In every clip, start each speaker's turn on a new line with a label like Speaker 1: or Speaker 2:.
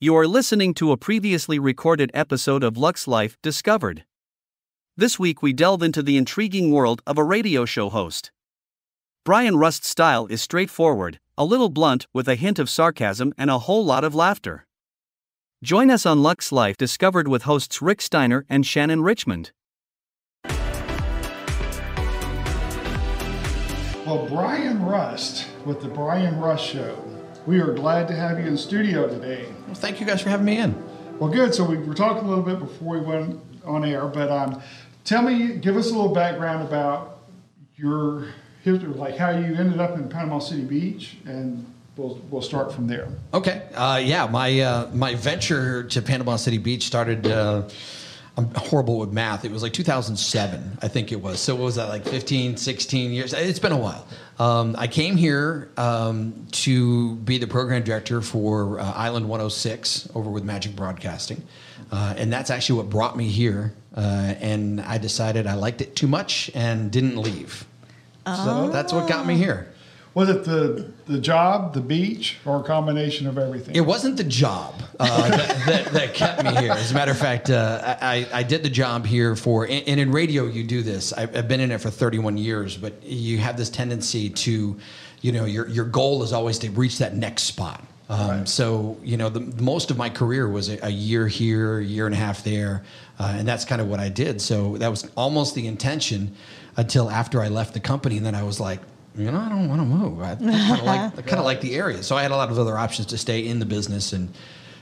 Speaker 1: You are listening to a previously recorded episode of Lux Life Discovered. This week we delve into the intriguing world of a radio show host. Brian Rust's style is straightforward, a little blunt with a hint of sarcasm and a whole lot of laughter. Join us on Lux Life Discovered with hosts Rick Steiner and Shannon Richmond.
Speaker 2: Well, Brian Rust with the Brian Rust Show. We are glad to have you in studio today.
Speaker 3: Well, thank you guys for having me in.
Speaker 2: Well, good. So we were talking a little bit before we went on air, but um, tell me, give us a little background about your history, like how you ended up in Panama City Beach, and we'll we'll start from there.
Speaker 3: Okay. Uh, yeah, my uh, my venture to Panama City Beach started. Uh, I'm horrible with math. It was like 2007, I think it was. So what was that like 15, 16 years? It's been a while. Um, I came here um, to be the program director for uh, Island 106 over with Magic Broadcasting, uh, and that's actually what brought me here. Uh, and I decided I liked it too much and didn't leave. So that's what got me here.
Speaker 2: Was it the the job, the beach, or a combination of everything?
Speaker 3: It wasn't the job uh, that, that, that kept me here. As a matter of fact, uh, I, I did the job here for, and and in radio, you do this. I've, I've been in it for 31 years, but you have this tendency to, you know, your, your goal is always to reach that next spot. Um, So, you know, the, most of my career was a, a year here, a year and a half there. Uh, and that's kind of what I did. So that was almost the intention until after I left the company. And then I was like, you know, I don't want to move. I kind of like, I kind of like the area. So I had a lot of other options to stay in the business, and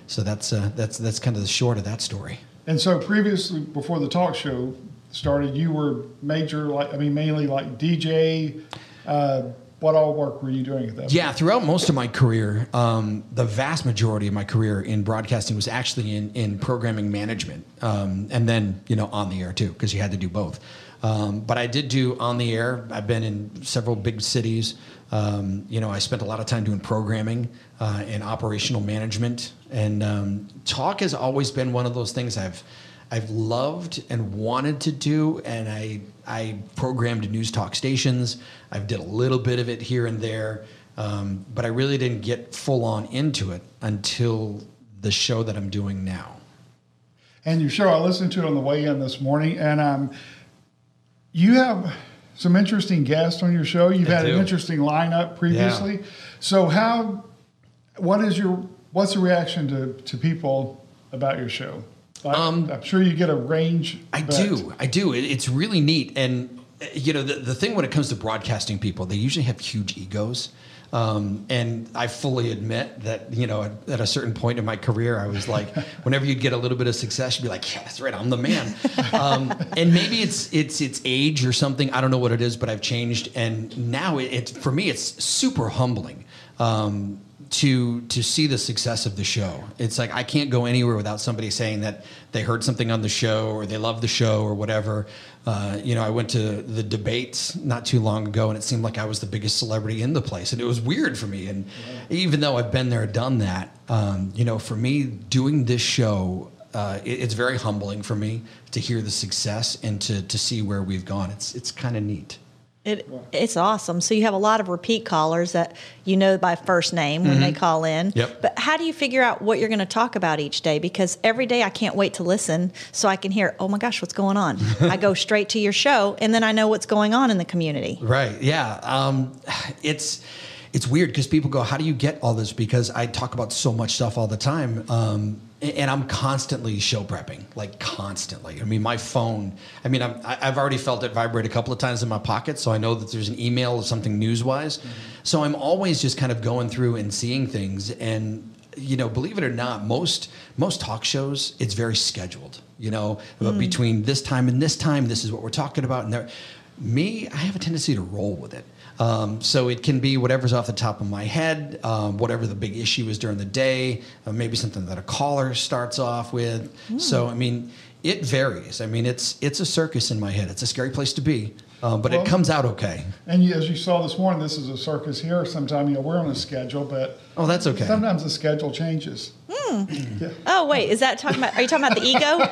Speaker 3: so that's uh, that's that's kind of the short of that story.
Speaker 2: And so previously, before the talk show started, you were major, like I mean, mainly like DJ. Uh, what all work were you doing at that?
Speaker 3: Yeah, throughout most of my career, um, the vast majority of my career in broadcasting was actually in, in programming management, um, and then you know on the air too, because you had to do both. Um, but I did do on the air. I've been in several big cities. Um, you know, I spent a lot of time doing programming uh, and operational management, and um, talk has always been one of those things I've I've loved and wanted to do, and I I programmed news talk stations. I've did a little bit of it here and there, um, but I really didn't get full on into it until the show that I'm doing now.
Speaker 2: and your show. I listened to it on the way in this morning, and um, you have some interesting guests on your show. You've
Speaker 3: I
Speaker 2: had an
Speaker 3: do.
Speaker 2: interesting lineup previously. So how, what is your, what's the reaction to, to people about your show? I, I'm sure you get a range.
Speaker 3: Um, I
Speaker 2: but-
Speaker 3: do. I do. It, it's really neat. And, uh, you know, the, the thing when it comes to broadcasting people, they usually have huge egos. Um, and I fully admit that, you know, at, at a certain point in my career, I was like, whenever you'd get a little bit of success, you'd be like, yeah, that's right, I'm the man. Um, and maybe it's, it's, it's age or something. I don't know what it is, but I've changed. And now it, it for me, it's super humbling. Um, to to see the success of the show. It's like I can't go anywhere without somebody saying that they heard something on the show or they love the show or whatever. Uh, you know, I went to the debates not too long ago, and it seemed like I was the biggest celebrity in the place, and it was weird for me. And even though I've been there, done that, um, you know, for me doing this show. Uh, it, it's very humbling for me to hear the success and to, to see where we've gone. It's it's kind of neat.
Speaker 4: It, it's awesome. So you have a lot of repeat callers that you know by first name when they call in.
Speaker 3: Yep.
Speaker 4: But how do you figure out what you're going to talk about each day? Because every day I can't wait to listen so I can hear, oh my gosh, what's going on? I go straight to your show and then I know what's going on in the community.
Speaker 3: Right. Yeah. Um, it's it's weird because people go, "How do you get all this?" Because I talk about so much stuff all the time, um, a- and I'm constantly show prepping, like constantly. I mean, my phone. I mean, I'm, I- I've already felt it vibrate a couple of times in my pocket, so I know that there's an email or something news wise. So I'm always just kind of going through and seeing things and you know, believe it or not, most most talk shows it's very scheduled. You know, between this time and this time, this is what we're talking about. And there, me, I have a tendency to roll with it. Um, so it can be whatever's off the top of my head, um, whatever the big issue is during the day, uh, maybe something that a caller starts off with. So I mean, it varies. I mean, it's it's a circus in my head. It's a scary place to be, um, but
Speaker 2: Well-
Speaker 3: it comes out okay.
Speaker 2: And you, as you saw this morning, this is a circus here. Sometime you know we're on a schedule, but
Speaker 3: Oh, that's okay.
Speaker 2: sometimes the schedule changes.
Speaker 4: Oh, wait, is that talking about, are you talking about the ego?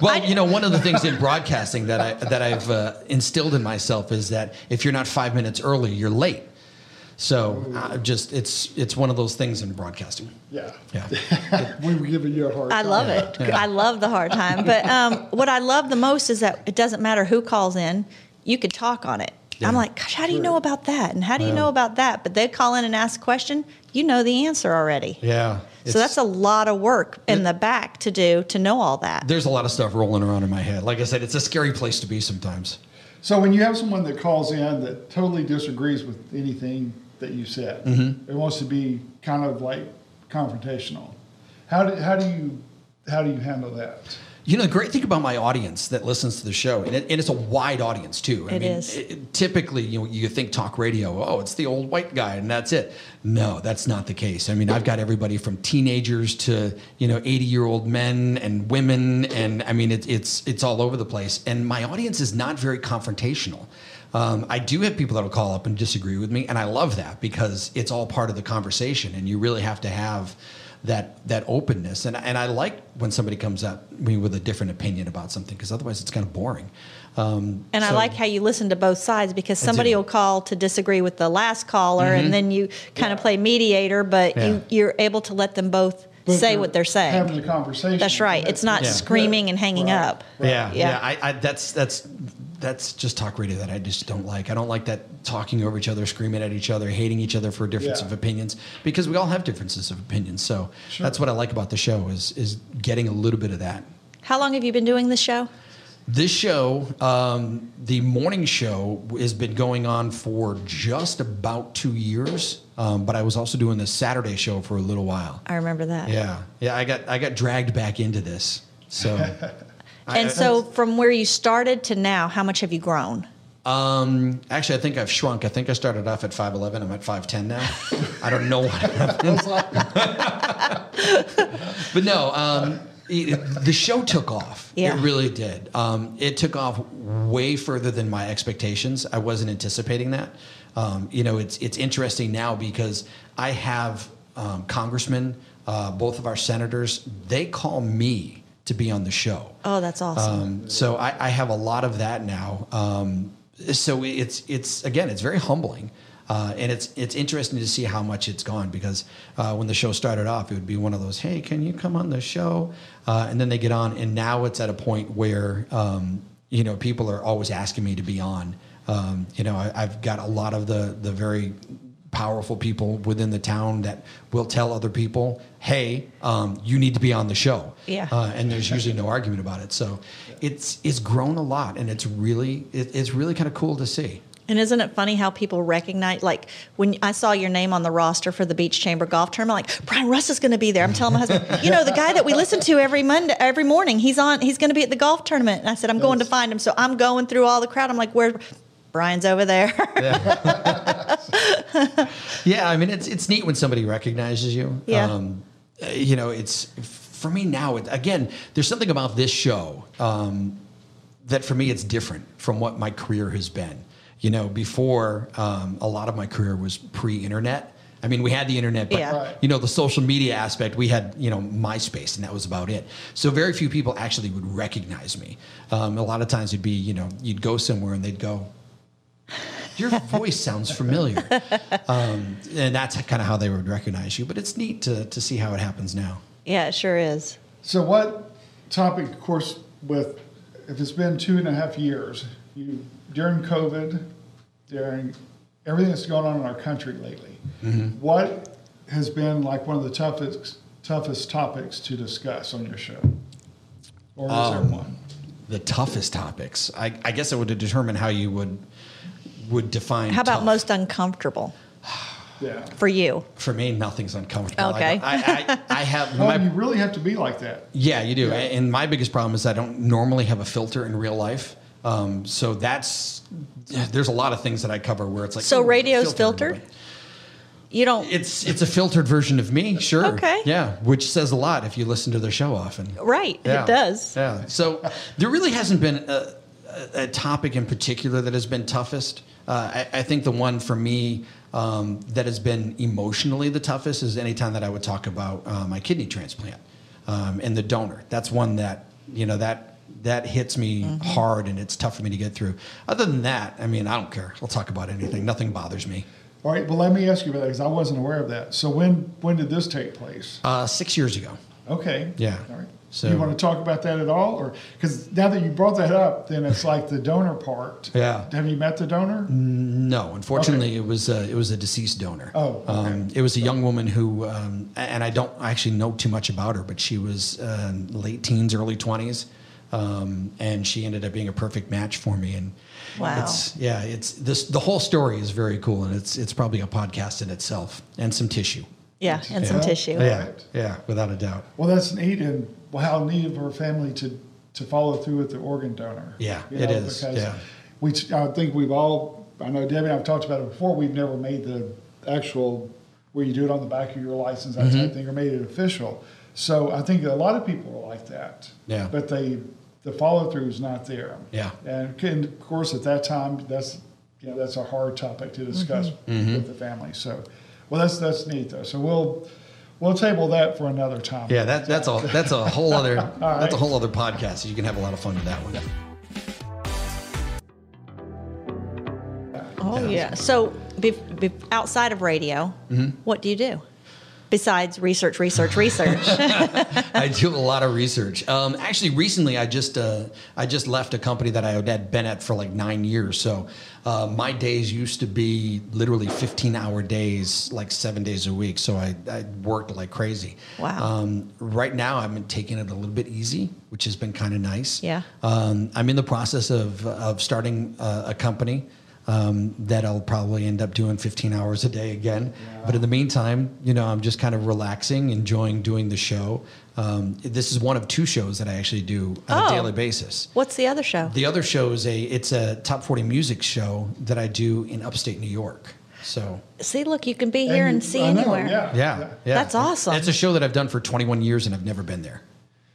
Speaker 3: Well, you know, one of the things in broadcasting that I that I've uh, instilled in myself is that if you're not five minutes early, you're late. So uh, just it's it's one of those things in broadcasting.
Speaker 2: Yeah.
Speaker 3: Yeah.
Speaker 2: we were giving you a hard
Speaker 4: I
Speaker 2: time.
Speaker 4: love it.
Speaker 3: Yeah.
Speaker 4: I love the hard time. But um, what I love the most is that it doesn't matter who calls in, you could talk on it. I'm
Speaker 3: Yeah.
Speaker 4: like, gosh, how do you
Speaker 2: Sure.
Speaker 4: know about that? And how do you know about that? But they call in and ask a question, you know the answer already.
Speaker 3: Yeah.
Speaker 4: So that's a lot of work in the back to do to know all that.
Speaker 3: there's a lot of stuff rolling around in my head. Like I said, it's a scary place to be sometimes.
Speaker 2: So when you have someone that calls in that totally disagrees with anything that you said,
Speaker 3: Mm-hmm.
Speaker 2: it wants to be kind of like confrontational. How do, how do you how do you handle that?
Speaker 3: You know, the great thing about my audience that listens to the show, and, it, and it's a wide audience too. I
Speaker 4: It is.
Speaker 3: typically, you know, you think talk radio, oh, it's the old white guy, and that's it. No, that's not the case. I mean, I've got everybody from teenagers to you know, eighty-year-old men and women, and I mean, it, it's it's all over the place. And my audience is not very confrontational. Um, I do have people that'll call up and disagree with me, and I love that because it's all part of the conversation, and you really have to have that that openness. And and I like when somebody comes up to me with a different opinion about something because otherwise it's kind of boring. Um,
Speaker 4: And I
Speaker 3: so-
Speaker 4: like how you listen to both sides because somebody
Speaker 3: do. Mm-hmm.
Speaker 4: will call to disagree with the last caller, and then you kind of play mediator, but
Speaker 3: Yeah.
Speaker 4: you, you're able to let them both
Speaker 2: But
Speaker 4: say what they're saying.
Speaker 2: Having the conversation.
Speaker 4: That's right. It's not
Speaker 3: Yeah.
Speaker 4: screaming and hanging
Speaker 2: Right.
Speaker 4: up.
Speaker 3: Yeah,
Speaker 4: Yeah.
Speaker 3: yeah. I, I, that's that's that's just talk radio that I just don't like. I don't like that talking over each other, screaming at each other, hating each other for a difference
Speaker 2: Yeah.
Speaker 3: of opinions because we all have differences of opinions. So
Speaker 2: Sure.
Speaker 3: that's what I like about the show is is getting a little bit of that.
Speaker 4: How long have you been doing this show?
Speaker 3: This show, um, the morning show, has been going on for just about two years. Um, but I was also doing the Saturday show for a little while.
Speaker 4: I remember that.
Speaker 3: Yeah, yeah. I got I got dragged back into this. So
Speaker 4: And so from where you started to now, how much have you grown?
Speaker 3: Um, actually, I think I've shrunk. I think I started off at 5'11. I'm at 5'10 now. I don't know what happened. but no, um, it- the show took off.
Speaker 4: Yeah.
Speaker 3: It really did. Um, it took off way further than my expectations. I wasn't anticipating that. Um, you know, it's, it's interesting now because I have um, congressmen, uh, both of our senators, they call me to be on the show.
Speaker 4: Oh, that's awesome.
Speaker 3: Um, so I, I have a lot of that now. Um, so it's it's again, it's very humbling, uh, and it's it's interesting to see how much it's gone because uh, when the show started off, it would be one of those, hey, can you come on the show? Uh, and then they get on, and now it's at a point where um, you know people are always asking me to be on. Um, you know, I, I've got a lot of the the very powerful people within the town that will tell other people, hey, um, you need to be on the show.
Speaker 4: Yeah.
Speaker 3: Uh, and there's usually no argument about it. So it's it's grown a lot, and it's really it, it's really kind of cool to see.
Speaker 4: and isn't it funny how people recognize, like when I saw your name on the roster for the Beach Chamber Golf Tournament, I'm like, Brian Russ is going to be there. I'm telling my husband, you know, the guy that we listen to every Monday, every morning, he's on, he's going to be at the golf tournament. And I said, I'm going to find him. So I'm going through all the crowd. I'm like, where? Brian's over there.
Speaker 3: Yeah, I mean it's it's neat when somebody recognizes you.
Speaker 4: Yeah.
Speaker 3: uh, you know, it's for me now. It, again, there's something about this show um, that for me it's different from what my career has been. You know, before um, a lot of my career was pre-internet. I mean, we had the internet, but
Speaker 4: Yeah. Right.
Speaker 3: you know, the social media aspect, we had you know MySpace, and that was about it. So very few people actually would recognize me. Um, a lot of times it'd be you know you'd go somewhere and they'd go, "Your voice sounds familiar," um, and that's kind of how they would recognize you. But it's neat to to see how it happens now.
Speaker 4: yeah, it sure is.
Speaker 2: So what topic, of course, with if it's been two and a half years, you during COVID, during everything that's going on in our country lately, what has been like one of the toughest toughest topics to discuss on your show? Or is there one?
Speaker 3: The toughest topics, I, I guess, it would determine how you would would define.
Speaker 4: How about
Speaker 3: tough.
Speaker 4: most uncomfortable
Speaker 2: Yeah.
Speaker 4: for you?
Speaker 3: For me, nothing's uncomfortable. I-
Speaker 4: Okay.
Speaker 3: I, I, I have
Speaker 2: Oh,
Speaker 3: my
Speaker 2: you really have to be like that.
Speaker 3: Yeah, you do. And my biggest problem is I don't normally have a filter in real life. Um, so that's there's a lot of things that I cover where it's like
Speaker 4: So
Speaker 3: "Ooh,
Speaker 4: radio's
Speaker 3: filter."
Speaker 4: filtered? You don't.
Speaker 3: It's it's a filtered version of me, sure.
Speaker 4: Okay.
Speaker 3: Yeah, which says a lot if you listen to their show often.
Speaker 4: right.
Speaker 3: Yeah.
Speaker 4: It does.
Speaker 3: Yeah. So there really hasn't been a, a, a topic in particular that has been toughest. Uh, I, I think the one for me um, that has been emotionally the toughest is any time that I would talk about uh, my kidney transplant um, and the donor. That's one that you know that that hits me
Speaker 4: Mm-hmm.
Speaker 3: hard and it's tough for me to get through. Other than that, I mean, I don't care. I'll talk about anything. Nothing bothers me.
Speaker 2: All right, well, let me ask you about that because I wasn't aware of that. So when when did this take place?
Speaker 3: Uh, six years ago.
Speaker 2: Okay.
Speaker 3: Yeah.
Speaker 2: All right. So
Speaker 3: So-
Speaker 2: you want to talk about that at all, or because now that you brought that up, then it's like the donor part.
Speaker 3: Yeah.
Speaker 2: Have you met the donor?
Speaker 3: No, unfortunately, it was a, it was a deceased donor.
Speaker 2: Oh, okay.
Speaker 3: um, it was a young woman who, um, a- and I don't actually know too much about her, but she was uh, late teens, early twenties, um, and she ended up being a perfect match for me. And
Speaker 4: Wow.
Speaker 3: it's yeah, it's this the whole story is very cool, and it's it's probably a podcast in itself, and some tissue.
Speaker 4: Yeah, and some
Speaker 2: Yeah.
Speaker 4: tissue.
Speaker 3: Yeah,
Speaker 2: Right.
Speaker 3: yeah, without a doubt.
Speaker 2: Well, that's neat, and how neat of her family to to follow through with the organ donor.
Speaker 3: Yeah,
Speaker 2: You
Speaker 3: it is, yeah.
Speaker 2: we, I think we've all. I know Debbie and I've talked about it before. We've never made the actual where you do it on the back of your license, that
Speaker 3: Mm-hmm.
Speaker 2: type of thing, or made it official. So I think a lot of people are like that.
Speaker 3: Yeah.
Speaker 2: But they the follow through is not there.
Speaker 3: Yeah.
Speaker 2: And, and of course, at that time, that's you know that's a hard topic to discuss
Speaker 3: Mm-hmm.
Speaker 2: with the family. So, well, that's that's neat though. So we'll we'll table that for another time.
Speaker 3: Yeah, that, that's a that's a whole other that's a whole other podcast. You can have a lot of fun with that one.
Speaker 4: Oh, yeah. So be, be, outside of radio,
Speaker 2: Mm-hmm.
Speaker 4: what do you do? Besides research, research, research.
Speaker 3: I do a lot of research. Um, actually, recently I just uh, I just left a company that I had been at for like nine years. So uh, my days used to be literally fifteen hour days, like seven days a week. So I, I worked like crazy.
Speaker 4: Wow.
Speaker 3: Um, right now I've been taking it a little bit easy, which has been kind of nice.
Speaker 4: Yeah.
Speaker 3: Um, I'm in the process of of starting a, a company. Um, that I'll probably end up doing 15 hours a day again. But in the meantime, you know, I'm just kind of relaxing, enjoying doing the show. Um, this is one of two shows that I actually do on
Speaker 4: Oh.
Speaker 3: a daily basis.
Speaker 4: What's the other show?
Speaker 3: The other show is a it's a top 40 music show that I do in upstate New York. So
Speaker 4: see, look, you can be
Speaker 2: And
Speaker 4: here
Speaker 2: you-
Speaker 4: and see
Speaker 2: I know,
Speaker 4: anywhere.
Speaker 2: yeah.
Speaker 3: yeah, yeah.
Speaker 4: That's awesome.
Speaker 3: It's a show that I've done for 21 years and I've never been there.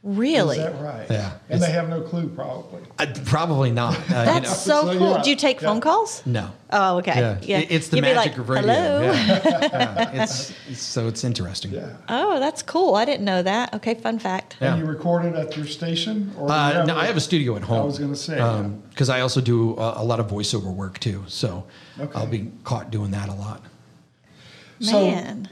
Speaker 4: Really?
Speaker 2: Is that right?
Speaker 3: Yeah.
Speaker 2: And they have no clue, probably.
Speaker 3: I, probably not. Uh, you
Speaker 4: That's
Speaker 3: know.
Speaker 4: so
Speaker 2: So,
Speaker 4: cool.
Speaker 2: yeah.
Speaker 4: Do you take
Speaker 2: Yeah.
Speaker 4: phone calls?
Speaker 3: No.
Speaker 4: Oh, okay. Yeah.
Speaker 3: It- It's the
Speaker 4: You'd be
Speaker 3: magic
Speaker 4: like,
Speaker 3: of radio.
Speaker 4: Hello.
Speaker 3: Yeah. Yeah. It's, it's- so it's interesting. Uh,
Speaker 2: Yeah.
Speaker 4: Oh, that's cool. I didn't know that. Okay, fun fact.
Speaker 3: Yeah.
Speaker 2: And you record it at your station, or you
Speaker 3: Uh, no, I have a studio at home.
Speaker 2: I was going to say.
Speaker 3: because I also do a, a lot of voiceover work too, so I'll
Speaker 2: Okay.
Speaker 3: be caught doing that a lot.
Speaker 2: So-
Speaker 4: Man.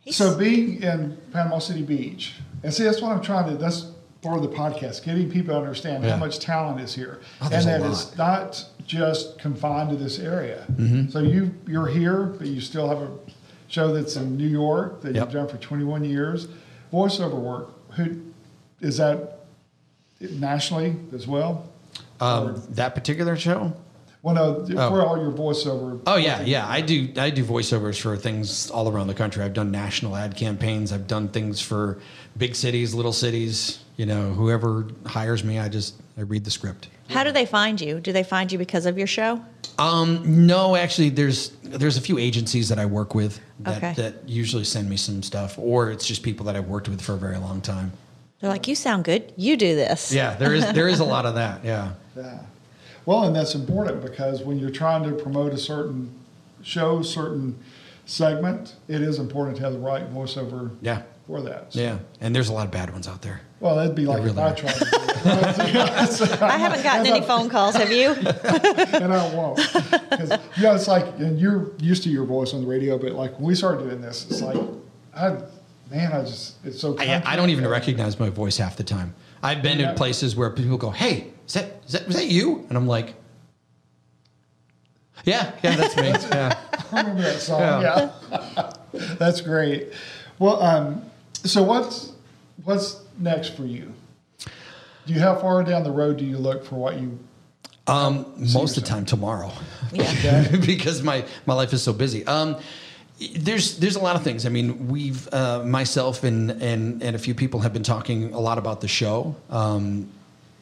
Speaker 4: He's-
Speaker 2: So being in Panama City Beach, and see, that's what I'm trying to. That's part of the podcast, getting people to understand how
Speaker 3: Yeah.
Speaker 2: much talent is here,
Speaker 3: Oh,
Speaker 2: and
Speaker 3: there's
Speaker 2: that
Speaker 3: a
Speaker 2: it's not just confined to this area.
Speaker 3: Mm-hmm.
Speaker 2: So you you're here, but you still have a show that's in New York that
Speaker 3: Yep.
Speaker 2: you've done for 21 years. Voiceover work. Who is that nationally as well?
Speaker 3: Um, that particular show.
Speaker 2: Well, no, for all your voiceover.
Speaker 3: Oh yeah, yeah. I do. I do voiceovers for things all around the country. I've done national ad campaigns. I've done things for big cities, little cities. You know, whoever hires me, I just I read the script.
Speaker 4: How do they find you? Do they find you because of your show?
Speaker 3: Um, no, actually, there's there's a few agencies that I work with that,
Speaker 4: Okay.
Speaker 3: that usually send me some stuff, or it's just people that I've worked with for a very long time.
Speaker 4: They're like, you sound good. You do this.
Speaker 3: Yeah, there is there is a lot of that. Yeah,
Speaker 2: Yeah. Well, and that's important because when you're trying to promote a certain show, certain segment, it is important to have the right voiceover
Speaker 3: yeah,
Speaker 2: for that.
Speaker 3: yeah. And there's a lot of bad ones out there.
Speaker 2: Well, that'd be like if
Speaker 3: really
Speaker 2: I
Speaker 3: are.
Speaker 2: tried to do it.
Speaker 4: I haven't gotten any phone calls. Have you?
Speaker 2: and I won't. 'Cause, you know, it's like, and you're used to your voice on the radio, but like when we started doing this, it's like, I, man, I just, it's so.
Speaker 3: I, I don't even
Speaker 2: country.
Speaker 3: recognize my voice half the time. I've been in places where people go, "Hey, is that is that was that you?" And I'm like, "Yeah, yeah, that's me." yeah.
Speaker 2: I remember that song. Yeah,
Speaker 3: Yeah.
Speaker 2: that's great. Well, um, so what's what's next for you? Do you how far down the road do you look for what you?
Speaker 3: most of the time tomorrow
Speaker 4: Yeah.
Speaker 3: because my my life is so busy um there's there's a lot of things i mean we've uh, myself and and and a few people have been talking a lot about the show um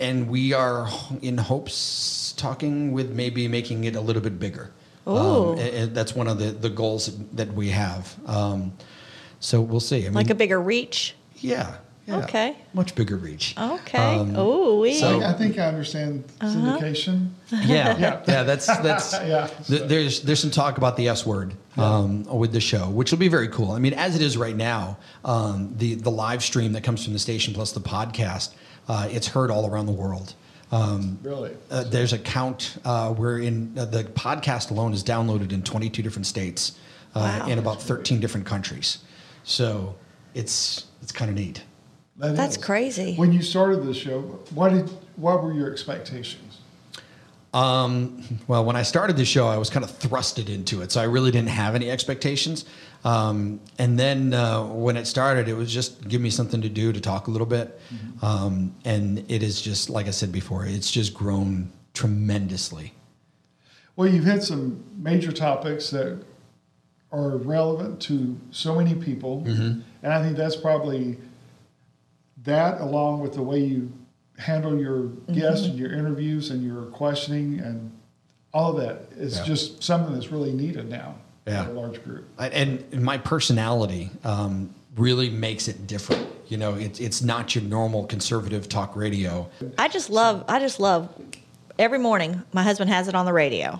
Speaker 3: and we are in hopes talking with maybe making it a little bit bigger
Speaker 4: Ooh.
Speaker 3: um, and- and that's one of the the goals that we have um so we'll see i mean
Speaker 4: like a bigger reach.
Speaker 3: yeah, yeah
Speaker 4: Okay.
Speaker 3: much bigger reach
Speaker 4: Okay.
Speaker 3: Um,
Speaker 4: oh, we.
Speaker 3: so-
Speaker 2: I think I understand
Speaker 4: Uh-huh.
Speaker 2: syndication.
Speaker 3: Yeah,
Speaker 2: Yeah.
Speaker 3: yeah, that's that's.
Speaker 2: Yeah.
Speaker 3: th- there's there's some talk about the S word um, with the show, which will be very cool. I mean, as it is right now, um, the the live stream that comes from the station plus the podcast, uh, it's heard all around the world. Um,
Speaker 2: Really?
Speaker 3: uh, there's a count uh, where in uh, the podcast alone is downloaded in 22 different states. uh,
Speaker 4: Wow.
Speaker 3: in about 13 different countries. So it's it's kind of neat.
Speaker 2: That
Speaker 4: That's
Speaker 2: is.
Speaker 4: crazy.
Speaker 2: When you started this show, what did what were your expectations?
Speaker 3: Well, when I started the show, I was kind of thrusted into it, so I really didn't have any expectations. Um, and then uh, when it started, it was just give me something to do to talk a little bit. Um, and it is just like I said before, it's just grown tremendously.
Speaker 2: Well, you've hit some major topics that are relevant to so many people,
Speaker 3: Mm-hmm.
Speaker 2: and I think that's probably that, along with the way you handle your
Speaker 3: Mm-hmm.
Speaker 2: guests and your interviews and your questioning and all of that is
Speaker 3: Yeah.
Speaker 2: just something that's really needed now
Speaker 3: Yeah.
Speaker 2: for a large group.
Speaker 3: I- and and my personality um, really makes it different. You know, it's it's not your normal conservative talk radio.
Speaker 4: I just love, I just love every morning my husband has it on the radio,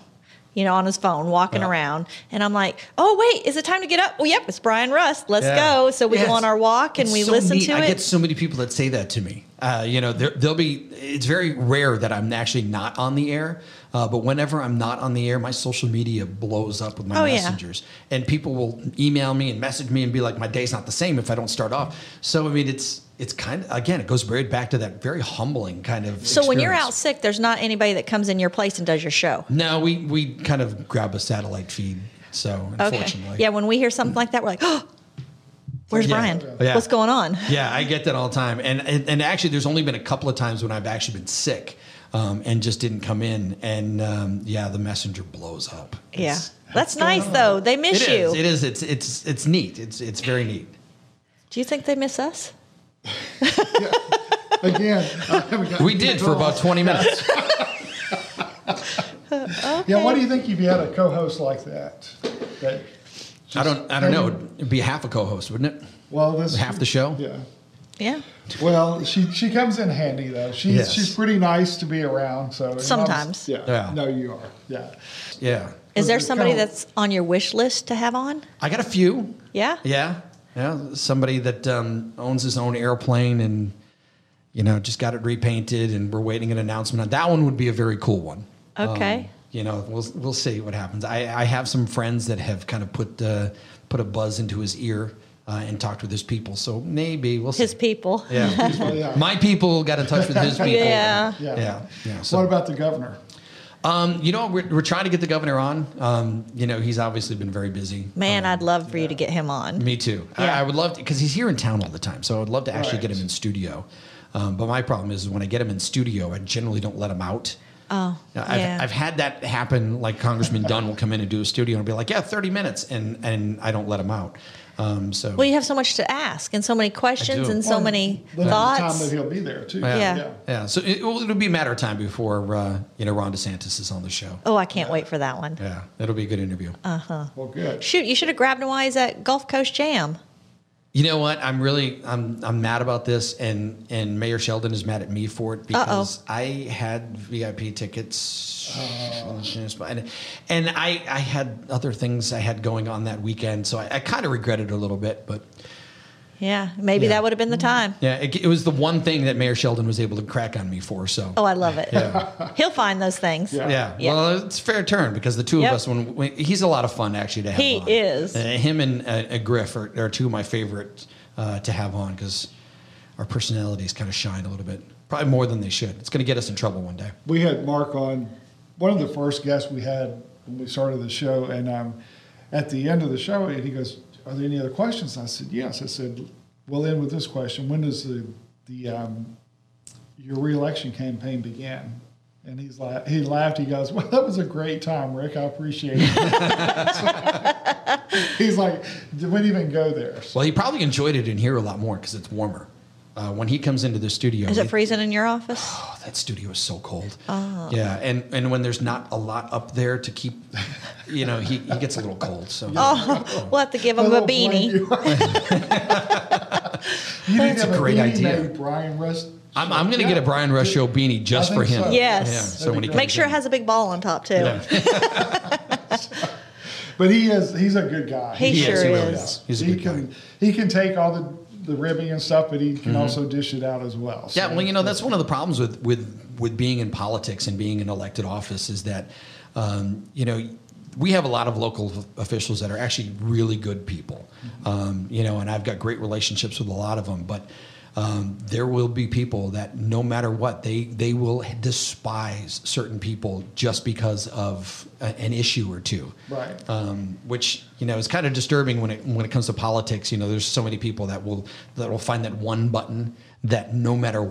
Speaker 4: you know, on his phone, walking
Speaker 3: Yeah.
Speaker 4: around. And I'm like, oh, wait, is it time to get up? Well, yep, it's Brian Rust. Let's
Speaker 3: Yeah.
Speaker 4: go. So we
Speaker 3: Yes.
Speaker 4: go on our walk and
Speaker 3: It's
Speaker 4: we
Speaker 3: so
Speaker 4: listen
Speaker 3: neat.
Speaker 4: to
Speaker 3: I
Speaker 4: it.
Speaker 3: get so many people that say that to me. Uh, you know, there- there'll be. It's very rare that I'm actually not on the air, uh, but whenever I'm not on the air, my social media blows up with my
Speaker 4: Oh, yeah.
Speaker 3: messengers, and people will email me and message me and be like, "My day's not the same if I don't start off." So I mean, it's it's kind of again, it goes right back to that very humbling kind of.
Speaker 4: so when you're
Speaker 3: experience.
Speaker 4: out sick, there's not anybody that comes in your place and does your show.
Speaker 3: No, we we kind of grab a satellite feed. So
Speaker 4: Okay.
Speaker 3: unfortunately,
Speaker 4: Yeah, when we hear something like that, we're like, oh, where's
Speaker 3: Yeah.
Speaker 4: Brian?
Speaker 3: Yeah.
Speaker 4: What's going on?
Speaker 3: yeah, I get that all the time. And and, and actually, there's only been a couple of times when I've actually been sick um, and just didn't come in. And um, yeah, the messenger blows up.
Speaker 4: Yeah.
Speaker 3: It's-
Speaker 4: That's nice, though. They
Speaker 3: It
Speaker 4: miss
Speaker 3: is.
Speaker 4: you.
Speaker 3: It is. It's it's it's neat. It's it's very neat.
Speaker 4: Do you think they miss us?
Speaker 2: Again, I haven't gotten
Speaker 3: We did for about 20 minutes.
Speaker 2: Yeah, why do you think you've had a co-host like that? That
Speaker 3: I don't I don't know. It'd be half a co-host, wouldn't it?
Speaker 2: Well, this
Speaker 3: Half the show?
Speaker 2: Yeah.
Speaker 4: Yeah.
Speaker 2: Well, she she comes in handy though. She's
Speaker 3: Yes.
Speaker 2: she's pretty nice to be around. So
Speaker 4: Sometimes.
Speaker 2: yeah,
Speaker 3: Yeah.
Speaker 2: No, you are. Yeah.
Speaker 3: Yeah.
Speaker 4: Is there
Speaker 2: Kinda-
Speaker 4: somebody that's on your wish list to have on?
Speaker 3: I got a few.
Speaker 4: Yeah.
Speaker 3: Yeah. Yeah. Somebody that um, owns his own airplane and, you know, just got it repainted and we're waiting an announcement on that one would be a very cool one.
Speaker 4: Okay.
Speaker 3: Um, you know, we'll, we'll see what happens. I, I have some friends that have kind of put, uh, put a buzz into his ear uh, and talked with his people. So maybe we'll see.
Speaker 4: His people.
Speaker 3: yeah.
Speaker 2: Well, yeah.
Speaker 3: My people got in touch with his people.
Speaker 4: Yeah.
Speaker 2: yeah.
Speaker 3: Yeah. yeah. So-
Speaker 2: What about the governor?
Speaker 3: um, you know, we're, we're trying to get the governor on. Um, you know, he's obviously been very busy.
Speaker 4: Man, I'd love for you to get him on.
Speaker 3: Um, Me too.
Speaker 4: Yeah.
Speaker 3: I, I would love to because he's here in town all the time. So I would love to actually get
Speaker 2: Right.
Speaker 3: him in studio. Um, but my problem is when I get him in studio, I generally don't let him out.
Speaker 4: Oh,
Speaker 3: Now, I've,
Speaker 4: yeah.
Speaker 3: I've had that happen. Like Congressman Dunn will come in and do a studio and be like, "Yeah, thirty minutes," and and I don't let him out. Um, so
Speaker 4: Well, you have so much to ask and so many questions
Speaker 3: do.
Speaker 4: and so many
Speaker 2: Well,
Speaker 4: thoughts.
Speaker 2: The time that he'll be there too.
Speaker 4: Yeah.
Speaker 3: yeah, so it, will it'll be a matter of time before uh, you know Ron DeSantis is on the show.
Speaker 4: oh, I can't wait for that one.
Speaker 3: Yeah, it'll be a good interview.
Speaker 2: Well, good.
Speaker 4: Shoot, you should have grabbed him while he's at Gulf Coast Jam.
Speaker 3: You know what? I'm really I'm I'm mad about this, and and Mayor Sheldon is mad at me for it because I had VIP tickets, and and I I had other things I had going on that weekend, so I, I kind of regret it a little bit, but
Speaker 4: Yeah. Maybe that would have been the time.
Speaker 3: yeah, it, it was the one thing that Mayor Sheldon was able to crack on me for. So
Speaker 4: Oh, I love it.
Speaker 3: Yeah.
Speaker 4: He'll find those things.
Speaker 2: Yeah.
Speaker 3: yeah.
Speaker 4: Yeah.
Speaker 3: well, it's a fair turn because the two
Speaker 4: Yep.
Speaker 3: of us when, when he's a lot of fun actually to have.
Speaker 4: He
Speaker 3: on.
Speaker 4: is.
Speaker 3: Uh, him and uh, uh, Griff are, are two of my favorite uh, to have on because our personalities kind of shine a little bit, probably more than they should. It's going to get us in trouble one day.
Speaker 2: We had Mark on one of the first guests we had when we started the show, and um, at the end of the show, and he goes, "Are there any other questions?" I said, "Yes." I said, "We'll end with this question: When does the the um, your reelection campaign begin?" And he's like, he laughed. He goes, "Well, that was a great time, Rick. I appreciate it." he's like, "We didn't even go there." So,
Speaker 3: Well, he probably enjoyed it in here a lot more because it's warmer. Uh, when he comes into the studio,
Speaker 4: Is it
Speaker 3: it-
Speaker 4: freezing in your office?
Speaker 3: oh, that studio is so cold.
Speaker 4: Oh.
Speaker 3: Yeah, and and when there's not a lot up there to keep, you know, he, he gets a little cold. So
Speaker 4: Oh, we'll have to give
Speaker 2: I
Speaker 4: him a
Speaker 2: don't blame
Speaker 4: beanie.
Speaker 2: you. You need
Speaker 3: That's
Speaker 2: to
Speaker 3: a
Speaker 2: have
Speaker 3: great
Speaker 2: beanie
Speaker 3: idea.
Speaker 2: made, Brian Rust.
Speaker 3: I'm, I'm going to get a
Speaker 2: Yeah.
Speaker 3: Brian Rush show beanie just
Speaker 2: I
Speaker 3: for
Speaker 2: think
Speaker 3: him.
Speaker 2: so.
Speaker 4: Yes.
Speaker 3: Yeah, so
Speaker 2: That'd
Speaker 3: when
Speaker 2: be
Speaker 3: he
Speaker 2: great.
Speaker 4: Make
Speaker 3: comes
Speaker 4: sure it
Speaker 3: in.
Speaker 4: has a big ball on top too.
Speaker 3: Yeah.
Speaker 2: But he is he's a good guy.
Speaker 4: He He is, sure he really is.
Speaker 3: is. He's a
Speaker 2: he
Speaker 3: good
Speaker 2: can
Speaker 3: guy. Mm-hmm.
Speaker 2: he can take all the, the ribbing and stuff, but he can also dish it out as well. So-
Speaker 3: Yeah, well, you know, that's one of the problems with with with being in politics and being in elected office is that, um, you know, we have a lot of local officials that are actually really good people,
Speaker 2: Mm-hmm.
Speaker 3: um, you know, and I've got great relationships with a lot of them. But um, there will be people that, no matter what, they they will despise certain people just because of a, an issue or two.
Speaker 2: Right.
Speaker 3: Um, which you know is kind of disturbing when it when it comes to politics. You know, there's so many people that will that will find that one button that no matter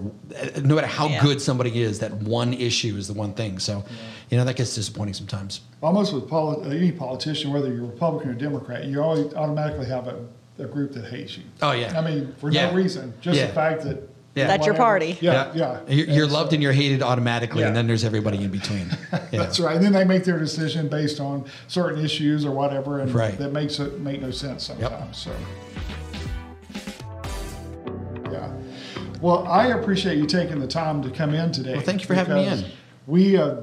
Speaker 3: no matter how
Speaker 4: Yeah.
Speaker 3: good somebody is, that one issue is the one thing. So, you know, that gets disappointing sometimes.
Speaker 2: Almost with poli- any politician, whether you're Republican or Democrat, you always automatically have a, a group that hates you.
Speaker 3: Oh, yeah.
Speaker 2: I mean, for
Speaker 3: Yeah.
Speaker 2: no reason, just
Speaker 3: Yeah.
Speaker 2: the fact that.
Speaker 3: Yeah.
Speaker 4: That's your
Speaker 2: whatever-
Speaker 4: party.
Speaker 2: Yeah, yeah.
Speaker 3: You're, you're
Speaker 2: And
Speaker 3: loved
Speaker 2: so-
Speaker 3: and you're hated automatically, and
Speaker 2: Yeah.
Speaker 3: then there's everybody in between. Yeah.
Speaker 2: That's right. And then they make their decision based on certain issues or whatever, and
Speaker 3: Right.
Speaker 2: that makes it make no sense sometimes. So, yeah. Well, I appreciate you taking the time to come in today.
Speaker 3: Well, thank you for having me
Speaker 2: because
Speaker 3: in.
Speaker 2: We, uh,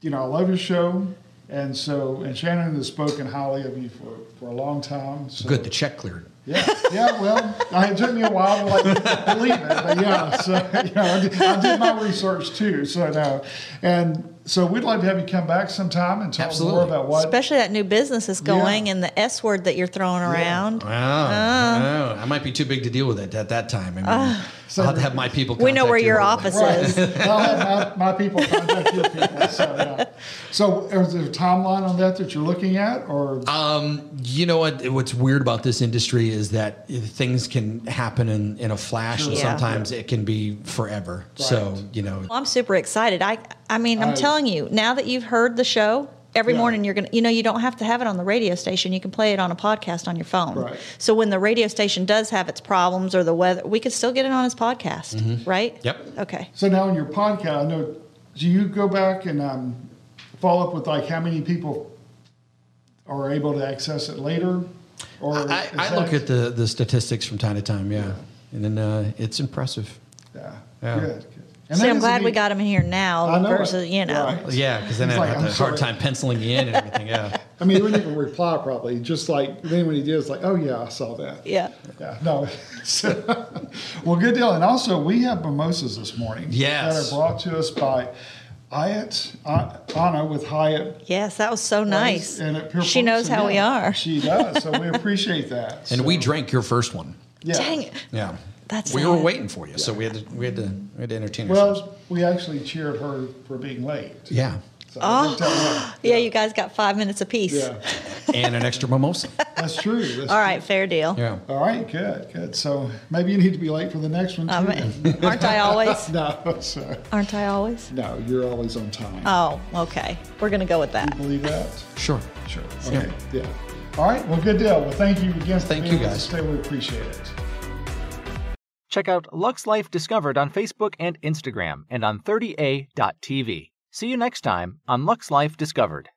Speaker 2: you know, I love your show, and so and Shannon has spoken highly of you for for a long time. So.
Speaker 3: Good, the check cleared.
Speaker 2: Yeah, yeah. Well, I, it took me a while to like believe it, but yeah. So you know, I did, I did my research too. So no, and so we'd like to have you come back sometime and talk
Speaker 3: Absolutely.
Speaker 2: more about what.
Speaker 4: Especially that new business is going and the S word that you're throwing around.
Speaker 3: Wow,
Speaker 4: Ah.
Speaker 3: wow. I might be too big to deal with it at that time. I mean, I'll have to have my people.
Speaker 4: We know
Speaker 3: contact
Speaker 4: where
Speaker 3: you.
Speaker 4: your office
Speaker 2: Right.
Speaker 4: is.
Speaker 2: I'll have my, my people contact your people. So, yeah. so is there a timeline on that that you're looking at, or
Speaker 3: Um, you know what? What's weird about this industry is that things can happen in, in a flash, and
Speaker 4: Yeah.
Speaker 3: sometimes it can be forever. So you know,
Speaker 4: Well, I'm super excited. I I mean, I'm
Speaker 2: I-
Speaker 4: telling you, now that you've heard the show, every
Speaker 2: Yeah.
Speaker 4: morning you're going to you know, you don't have to have it on the radio station. You can play it on a podcast on your phone.
Speaker 2: Right.
Speaker 4: So when the radio station does have its problems or the weather, we could still get it on his podcast,
Speaker 2: Mm-hmm.
Speaker 4: right?
Speaker 3: Yep.
Speaker 4: Okay.
Speaker 2: so now in your podcast? I know. Do you go back and um, follow up with like how many people are able to access it later? Or
Speaker 3: I,
Speaker 2: is
Speaker 3: I look
Speaker 2: that-
Speaker 3: at the the statistics from time to time. Yeah, and then uh, it's impressive.
Speaker 2: Yeah.
Speaker 3: Yeah.
Speaker 2: Good. good. And
Speaker 4: See,
Speaker 2: that
Speaker 4: I'm
Speaker 2: is
Speaker 4: glad
Speaker 2: the-
Speaker 4: we got him here now
Speaker 2: I know it.
Speaker 4: versus, you know.
Speaker 2: Right.
Speaker 3: Yeah, because then
Speaker 2: It's
Speaker 3: I
Speaker 2: like,
Speaker 3: have
Speaker 2: I'm
Speaker 3: a
Speaker 2: sorry.
Speaker 3: hard time penciling you in and everything. Yeah.
Speaker 2: I mean, he wouldn't even reply probably. Just like then when he did, it's like, oh yeah, I saw that.
Speaker 4: Yeah.
Speaker 2: Yeah. No. So- well, good deal. And also, we have mimosas this morning.
Speaker 3: Yes.
Speaker 2: That are brought to us by Hyatt uh, Anna with Hyatt.
Speaker 4: Yes, that was so nice.
Speaker 2: And at Pierpont.
Speaker 4: she knows
Speaker 2: So, yeah,
Speaker 4: how we are.
Speaker 2: She does. So we appreciate that.
Speaker 3: And
Speaker 2: So,
Speaker 3: we drank your first one.
Speaker 2: yeah.
Speaker 4: Dang it.
Speaker 3: Yeah.
Speaker 4: That's
Speaker 3: we were
Speaker 4: sad.
Speaker 3: waiting for you, so we had to we had to we had to entertain ourselves.
Speaker 2: Well, we actually cheered her for being late.
Speaker 3: Yeah.
Speaker 2: So oh.
Speaker 4: Yeah, you guys got five minutes apiece.
Speaker 2: Yeah.
Speaker 3: And an extra mimosa.
Speaker 2: That's true. That's
Speaker 4: All right, fair deal.
Speaker 3: Yeah.
Speaker 2: All right, good, good. So maybe you need to be late for the next one too.
Speaker 4: Um, aren't I always?
Speaker 2: no, so,
Speaker 4: Aren't I always?
Speaker 2: no, you're always on time.
Speaker 4: Oh, okay. We're going to go with that.
Speaker 2: Believe that?
Speaker 3: Sure.
Speaker 2: Sure. Okay. Yeah. All right. Well, good deal. Well, thank you again for
Speaker 3: Thank
Speaker 2: being
Speaker 3: you,
Speaker 2: with
Speaker 3: guys.
Speaker 2: us today. We appreciate it.
Speaker 5: Check out Lux Life Discovered on Facebook and Instagram and on 30a.tv. See you next time on Lux Life Discovered.